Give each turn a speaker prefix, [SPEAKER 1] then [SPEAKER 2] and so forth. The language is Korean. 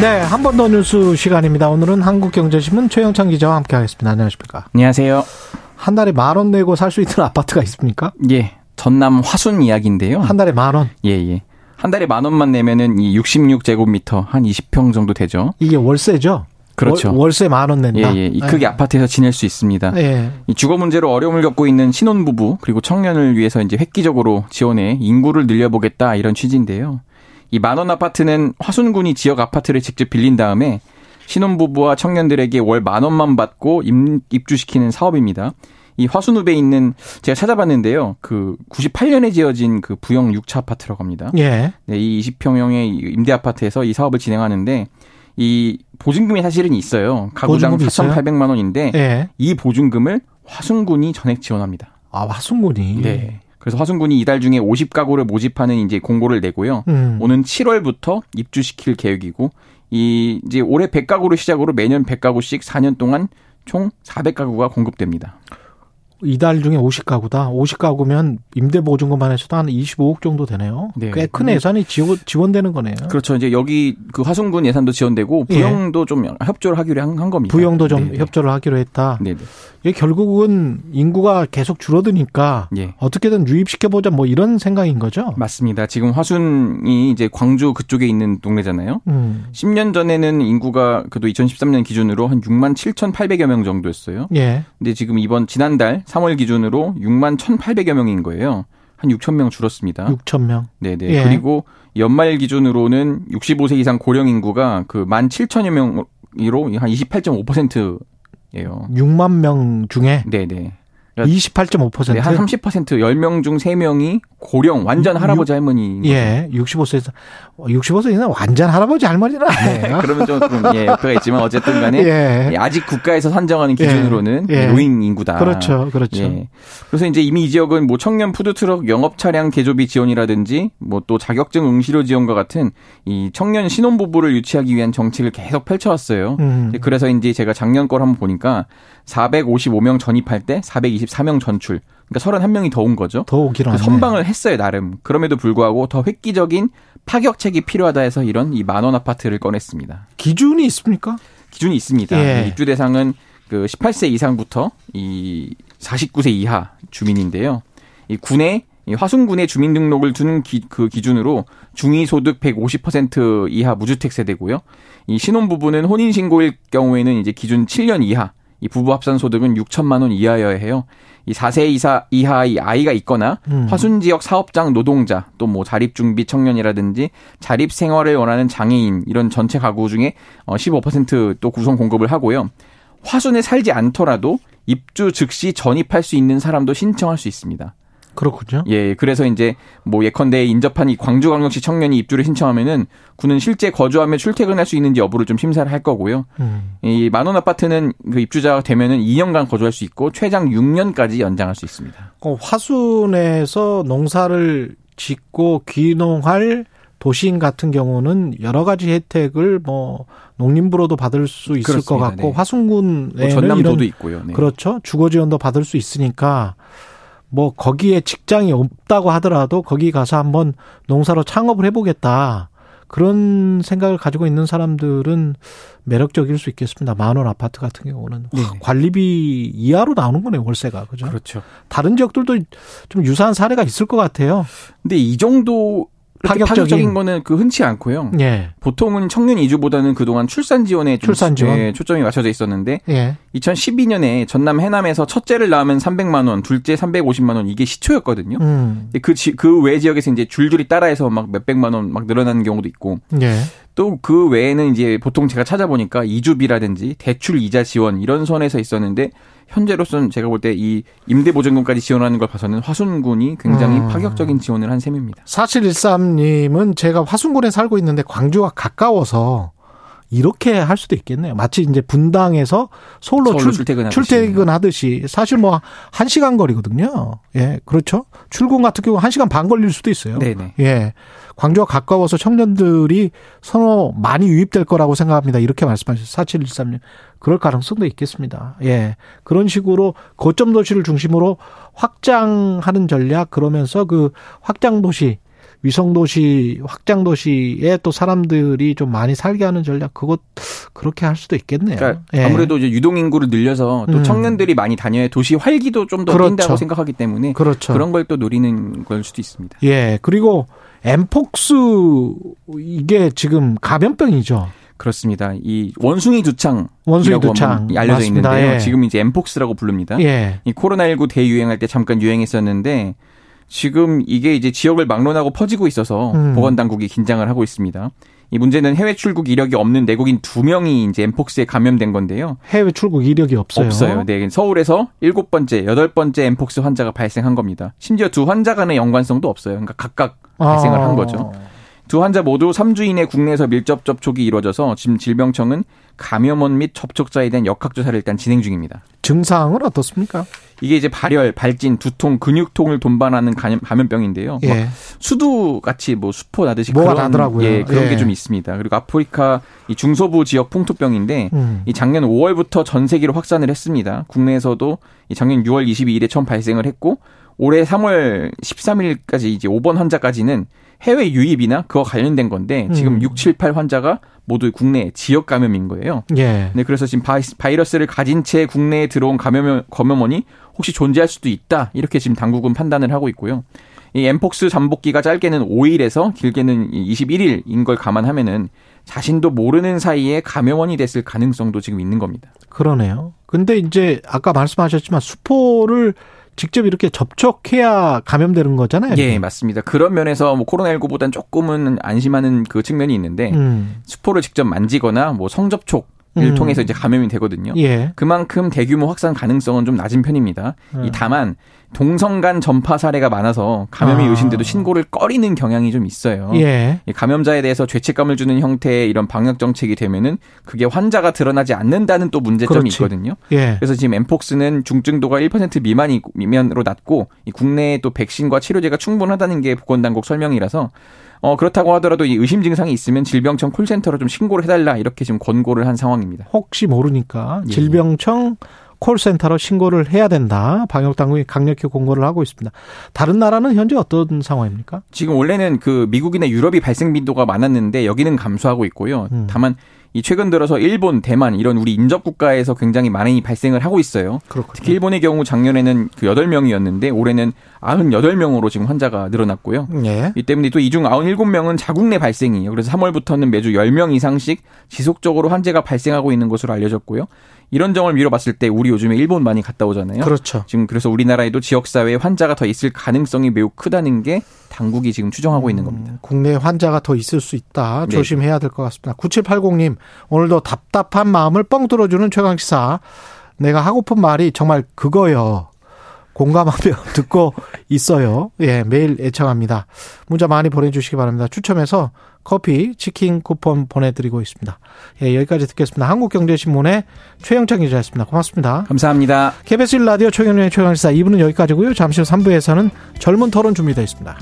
[SPEAKER 1] 네, 한 번 더 뉴스 시간입니다. 오늘은 한국경제신문 최영창 기자와 함께하겠습니다. 안녕하십니까?
[SPEAKER 2] 안녕하세요.
[SPEAKER 1] 한 달에 만 원 내고 살 수 있는 아파트가 있습니까?
[SPEAKER 2] 예. 전남 화순 이야기인데요.
[SPEAKER 1] 한 달에 만 원.
[SPEAKER 2] 예, 예. 한 달에 만 원만 내면은 이 66제곱미터 한 20평 정도 되죠.
[SPEAKER 1] 이게 월세죠?
[SPEAKER 2] 그렇죠.
[SPEAKER 1] 월, 세 만 원
[SPEAKER 2] 예,
[SPEAKER 1] 낸다.
[SPEAKER 2] 예. 이 크게 아파트에서 지낼 수 있습니다.
[SPEAKER 1] 예.
[SPEAKER 2] 이 주거 문제로 어려움을 겪고 있는 신혼부부 그리고 청년을 위해서 이제 획기적으로 지원해 인구를 늘려보겠다 이런 취지인데요. 이 만원 아파트는 화순군이 지역 아파트를 직접 빌린 다음에 신혼부부와 청년들에게 월 만 원만 받고 임- 입주시키는 사업입니다. 이 화순읍에 있는 제가 찾아봤는데요. 그 98년에 지어진 그 부영 6차 아파트라고 합니다.
[SPEAKER 1] 예.
[SPEAKER 2] 네, 이 20평형의 임대 아파트에서 이 사업을 진행하는데 이 보증금이 사실은 있어요. 가구당
[SPEAKER 1] 보증금이 있어요?
[SPEAKER 2] 4,800만 원인데
[SPEAKER 1] 예.
[SPEAKER 2] 이 보증금을 화순군이 전액 지원합니다.
[SPEAKER 1] 아, 화순군이.
[SPEAKER 2] 네. 그래서 화순군이 이달 중에 50가구를 모집하는 이제 공고를 내고요.
[SPEAKER 1] 음.
[SPEAKER 2] 오는 7월부터 입주시킬 계획이고 이 이제 올해 100가구를 시작으로 매년 100가구씩 4년 동안 총 400가구가 공급됩니다.
[SPEAKER 1] 이달 중에 50가구다. 50가구면 임대보증금만 해서도 한 25억 정도 되네요.
[SPEAKER 2] 네.
[SPEAKER 1] 꽤 큰 예산이 지원, 지원되는 거네요.
[SPEAKER 2] 그렇죠. 이제 여기 그 화순군 예산도 지원되고
[SPEAKER 1] 어? 예.
[SPEAKER 2] 부영도 좀 협조를 하기로 한, 한 겁니다.
[SPEAKER 1] 부영도 좀
[SPEAKER 2] 네네.
[SPEAKER 1] 협조를 하기로 했다.
[SPEAKER 2] 네네.
[SPEAKER 1] 이게 결국은 인구가 계속 줄어드니까
[SPEAKER 2] 예.
[SPEAKER 1] 어떻게든 유입시켜보자 뭐 이런 생각인 거죠.
[SPEAKER 2] 맞습니다. 지금 화순이 이제 광주 그쪽에 있는 동네잖아요.
[SPEAKER 1] 음.
[SPEAKER 2] 10년 전에는 인구가 그래도 2013년 기준으로 한 6만 7,800여 명 정도였어요.
[SPEAKER 1] 예.
[SPEAKER 2] 근데 지금 이번 지난달 3월 기준으로 6만 1,800여 명인 거예요. 한 6천 명 줄었습니다.
[SPEAKER 1] 6천 명.
[SPEAKER 2] 네네.
[SPEAKER 1] 예.
[SPEAKER 2] 그리고 연말 기준으로는 65세 이상 고령 인구가 그 1만 7천여 명으로 한 28.5%예요.
[SPEAKER 1] 6만 명 중에
[SPEAKER 2] 네네. 그러니까
[SPEAKER 1] 28.5%.
[SPEAKER 2] 네, 한 30% 10명 중 3명이 고령 완전
[SPEAKER 1] 육-
[SPEAKER 2] 할아버지 할머니.
[SPEAKER 1] 예, 65세에서 어, 65세 이상 완전 할아버지 할머니는 아니에요.
[SPEAKER 2] 그러면 좀 그럼 예, 효과가 있지만 어쨌든 간에
[SPEAKER 1] 예.
[SPEAKER 2] 예, 아직 국가에서 산정하는 기준으로는
[SPEAKER 1] 예.
[SPEAKER 2] 노인 인구다.
[SPEAKER 1] 그렇죠. 그렇죠.
[SPEAKER 2] 예. 그래서 이제 이미 이 지역은 뭐 청년 푸드트럭 영업 차량 개조비 지원이라든지 뭐 또 자격증 응시료 지원과 같은 이 청년 신혼부부를 유치하기 위한 정책을 계속 펼쳐왔어요.
[SPEAKER 1] 음.
[SPEAKER 2] 근데 그래서인지 제가 작년 걸 한번 보니까 455명 전입할 때 424명 전출. 그러니까 31명이 더 온 거죠.
[SPEAKER 1] 더 오기로
[SPEAKER 2] 그
[SPEAKER 1] 하네.
[SPEAKER 2] 선방을 했어요 나름. 그럼에도 불구하고 더 획기적인 파격책이 필요하다 해서 이런 이 만원 아파트를 꺼냈습니다.
[SPEAKER 1] 기준이 있습니까?
[SPEAKER 2] 기준이 있습니다.
[SPEAKER 1] 예.
[SPEAKER 2] 입주 대상은 그 18세 이상부터 이 49세 이하 주민인데요. 이 군에 이 화순군의 주민등록을 두는 기, 그 기준으로 중위소득 150% 이하 무주택 세대고요. 이 신혼부부는 혼인신고일 경우에는 이제 기준 7년 이하, 이 부부 합산 소득은 6천만 원 이하여야 해요. 이 4세 이사 이하의 아이가 있거나
[SPEAKER 1] 음.
[SPEAKER 2] 화순 지역 사업장 노동자 또 뭐 자립 준비 청년이라든지 자립 생활을 원하는 장애인 이런 전체 가구 중에 어, 15%또 구성 공급을 하고요. 화순에 살지 않더라도 입주 즉시 전입할 수 있는 사람도 신청할 수 있습니다.
[SPEAKER 1] 그렇군요.
[SPEAKER 2] 예, 그래서 이제 뭐 예컨대 인접한 이 광주광역시 청년이 입주를 신청하면은 군은 실제 거주하며 출퇴근할 수 있는지 여부를 좀 심사를 할 거고요.
[SPEAKER 1] 음.
[SPEAKER 2] 이 만원 아파트는 그 입주자가 되면은 2년간 거주할 수 있고 최장 6년까지 연장할 수 있습니다.
[SPEAKER 1] 어, 화순에서 농사를 짓고 귀농할 도시인 같은 경우는 여러 가지 혜택을 뭐 농림부로도 받을 수 있을 것
[SPEAKER 2] 그렇습니다.
[SPEAKER 1] 같고
[SPEAKER 2] 네.
[SPEAKER 1] 화순군에는
[SPEAKER 2] 뭐 전남도도
[SPEAKER 1] 이런
[SPEAKER 2] 있고요. 네.
[SPEAKER 1] 그렇죠. 주거 지원도 받을 수 있으니까 뭐 거기에 직장이 없다고 하더라도 거기 가서 한번 농사로 창업을 해보겠다. 그런 생각을 가지고 있는 사람들은 매력적일 수 있겠습니다. 만원 아파트 같은 경우는
[SPEAKER 2] 네.
[SPEAKER 1] 관리비 이하로 나오는 거네요 월세가 그죠?
[SPEAKER 2] 그렇죠.
[SPEAKER 1] 다른 지역들도 좀 유사한 사례가 있을 것 같아요.
[SPEAKER 2] 근데 이 정도 파격적인,
[SPEAKER 1] 파격적인-
[SPEAKER 2] 파격적인 거는 그 흔치 않고요.
[SPEAKER 1] 예,
[SPEAKER 2] 보통은 청년 이주보다는 그동안 출산 지원에 좀
[SPEAKER 1] 출산 지원.
[SPEAKER 2] 예, 초점이 맞춰져 있었는데
[SPEAKER 1] 예,
[SPEAKER 2] 2012년에 전남 해남에서 첫째를 낳으면 300만 원, 둘째 350만 원 이게 시초였거든요.
[SPEAKER 1] 음,
[SPEAKER 2] 그그외 지역에서 이제 줄줄이 따라해서 막 몇백만 원 막 늘어나는 경우도 있고
[SPEAKER 1] 예,
[SPEAKER 2] 또 그 외에는 이제 보통 제가 찾아보니까 이주비라든지 대출 이자 지원 이런 선에서 있었는데 현재로서는 제가 볼 때 이 임대 보증금까지 지원하는 걸 봐서는 화순군이 굉장히
[SPEAKER 1] 음.
[SPEAKER 2] 파격적인 지원을 한 셈입니다.
[SPEAKER 1] 4713님은 제가 화순군에 살고 있는데 광주와 가까워서 이렇게 할 수도 있겠네요. 마치 이제 분당에서 서울로,
[SPEAKER 2] 서울로
[SPEAKER 1] 출,
[SPEAKER 2] 출퇴근하듯이.
[SPEAKER 1] 출퇴근하듯이 사실 뭐 한 시간 거리거든요. 예, 그렇죠. 출근 같은 경우 한 시간 반 걸릴 수도 있어요.
[SPEAKER 2] 네네.
[SPEAKER 1] 예, 광주가 가까워서 청년들이 선호 많이 유입될 거라고 생각합니다. 이렇게 말씀하셨어요. 4713님. 그럴 가능성도 있겠습니다. 예. 그런 식으로 거점 도시를 중심으로 확장하는 전략, 그러면서 그 확장 도시, 위성 도시, 확장 도시에 또 사람들이 좀 많이 살게 하는 전략, 그것, 그렇게 할 수도 있겠네요.
[SPEAKER 2] 그러니까
[SPEAKER 1] 예.
[SPEAKER 2] 아무래도 이제 유동 인구를 늘려서 또
[SPEAKER 1] 음.
[SPEAKER 2] 청년들이 많이 다녀야 도시 활기도 좀 더
[SPEAKER 1] 그렇죠.
[SPEAKER 2] 뛴다고 생각하기 때문에
[SPEAKER 1] 그렇죠.
[SPEAKER 2] 그런 걸 또 노리는 걸 수도 있습니다.
[SPEAKER 1] 예. 그리고 엠폭스, 이게 지금 감염병이죠.
[SPEAKER 2] 그렇습니다. 이 원숭이 두창
[SPEAKER 1] 원숭이 두창.
[SPEAKER 2] 알려져
[SPEAKER 1] 맞습니다.
[SPEAKER 2] 있는데요.
[SPEAKER 1] 예.
[SPEAKER 2] 지금 이제 엠폭스라고 부릅니다.
[SPEAKER 1] 예.
[SPEAKER 2] 이 코로나19 대유행할 때 잠깐 유행했었는데 지금 이게 이제 지역을 막론하고 퍼지고 있어서
[SPEAKER 1] 음.
[SPEAKER 2] 보건 당국이 긴장을 하고 있습니다. 이 문제는 해외 출국 이력이 없는 내국인 두 명이 이제 엠폭스에 감염된 건데요.
[SPEAKER 1] 해외 출국 이력이 없어요.
[SPEAKER 2] 네, 서울에서 일곱 번째, 여덟 번째 엠폭스 환자가 발생한 겁니다. 심지어 두 환자 간의 연관성도 없어요. 그러니까 각각 발생을
[SPEAKER 1] 아.
[SPEAKER 2] 한 거죠. 두 환자 모두 3주 이내 국내에서 밀접 접촉이 이루어져서 지금 질병청은 감염원 및 접촉자에 대한 역학조사를 일단 진행 중입니다.
[SPEAKER 1] 증상은 어떻습니까?
[SPEAKER 2] 이게 이제 발열, 발진, 두통, 근육통을 동반하는 감염, 감염병인데요. 막
[SPEAKER 1] 예.
[SPEAKER 2] 수두 같이 뭐 수포 나듯이
[SPEAKER 1] 뭐가 나더라고요.
[SPEAKER 2] 예, 그런
[SPEAKER 1] 예.
[SPEAKER 2] 게 좀 있습니다. 그리고 아프리카 이 중서부 지역 풍토병인데
[SPEAKER 1] 음.
[SPEAKER 2] 이 작년 5월부터 전 세계로 확산을 했습니다. 국내에서도 이 작년 6월 22일에 처음 발생을 했고 올해 3월 13일까지 이제 5번 환자까지는 해외 유입이나 그와 관련된 건데 지금
[SPEAKER 1] 음.
[SPEAKER 2] 6, 7, 8 환자가 모두 국내 지역 감염인 거예요.
[SPEAKER 1] 예.
[SPEAKER 2] 네, 그래서 지금 바이- 바이러스를 가진 채 국내에 들어온 감염, 감염원이 혹시 존재할 수도 있다. 이렇게 지금 당국은 판단을 하고 있고요. 이 엠폭스 잠복기가 짧게는 5일에서 길게는 21일인 걸 감안하면은 자신도 모르는 사이에 감염원이 됐을 가능성도 지금 있는 겁니다.
[SPEAKER 1] 그러네요. 근데 이제 아까 말씀하셨지만 수포를 직접 이렇게 접촉해야 감염되는 거잖아요.
[SPEAKER 2] 예, 맞습니다. 그런 면에서 뭐 코로나19보단 조금은 안심하는 그 측면이 있는데
[SPEAKER 1] 음.
[SPEAKER 2] 수포를 직접 만지거나 뭐 성접촉을
[SPEAKER 1] 음.
[SPEAKER 2] 통해서 이제 감염이 되거든요.
[SPEAKER 1] 예.
[SPEAKER 2] 그만큼 대규모 확산 가능성은 좀 낮은 편입니다.
[SPEAKER 1] 네.
[SPEAKER 2] 이 다만 동성 간 전파 사례가 많아서 감염이
[SPEAKER 1] 아.
[SPEAKER 2] 의심돼도 신고를 꺼리는 경향이 좀 있어요.
[SPEAKER 1] 예.
[SPEAKER 2] 이 감염자에 대해서 죄책감을 주는 형태의 이런 방역 정책이 되면은 그게 환자가 드러나지 않는다는 또 문제점이
[SPEAKER 1] 그렇지.
[SPEAKER 2] 있거든요.
[SPEAKER 1] 예.
[SPEAKER 2] 그래서 지금 엠폭스는 중증도가 1% 미만이 미면으로 낮고 이 국내에 또 백신과 치료제가 충분하다는 게 보건당국 설명이라서 어 그렇다고 하더라도 이 의심 증상이 있으면 질병청 콜센터로 좀 신고를 해달라 이렇게 지금 권고를 한 상황입니다.
[SPEAKER 1] 혹시 모르니까 질병청 콜센터로 신고를 해야 된다. 방역 당국이 강력히 공고를 하고 있습니다. 다른 나라는 현재 어떤 상황입니까?
[SPEAKER 2] 지금 원래는 그 미국이나 유럽이 발생 빈도가 많았는데 여기는 감소하고 있고요.
[SPEAKER 1] 음.
[SPEAKER 2] 다만 이 최근 들어서 일본, 대만 이런 우리 인접 국가에서 굉장히 많이 발생을 하고 있어요. 특히
[SPEAKER 1] 그렇군요.
[SPEAKER 2] 일본의 경우 작년에는 그 8명이었는데 올해는 98명으로 지금 환자가 늘어났고요.
[SPEAKER 1] 예.
[SPEAKER 2] 이 때문에 또 이중 97명은 자국 내 발생이에요. 그래서 3월부터는 매주 10명 이상씩 지속적으로 환자가 발생하고 있는 것으로 알려졌고요. 이런 점을 미뤄봤을 때 우리 요즘에 일본 많이 갔다 오잖아요.
[SPEAKER 1] 그렇죠.
[SPEAKER 2] 지금 그래서 우리나라에도 지역사회에 환자가 더 있을 가능성이 매우 크다는 게 당국이 지금 추정하고 있는 겁니다.
[SPEAKER 1] 음, 국내 환자가 더 있을 수 있다.
[SPEAKER 2] 네.
[SPEAKER 1] 조심해야 될 것 같습니다. 9780님, 오늘도 답답한 마음을 뻥 뚫어주는 최강시사. 내가 하고픈 말이 정말 그거요. 공감하며 듣고 있어요. 예, 매일 애청합니다. 문자 많이 보내주시기 바랍니다. 추첨해서 커피, 치킨 쿠폰 보내드리고 있습니다. 예, 여기까지 듣겠습니다. 한국경제신문의 최영창 기자였습니다. 고맙습니다.
[SPEAKER 2] 감사합니다.
[SPEAKER 1] KBS 1라디오 최경련의 최강시사 2부는 여기까지고요. 잠시 후 3부에서는 젊은 토론 준비되어 있습니다.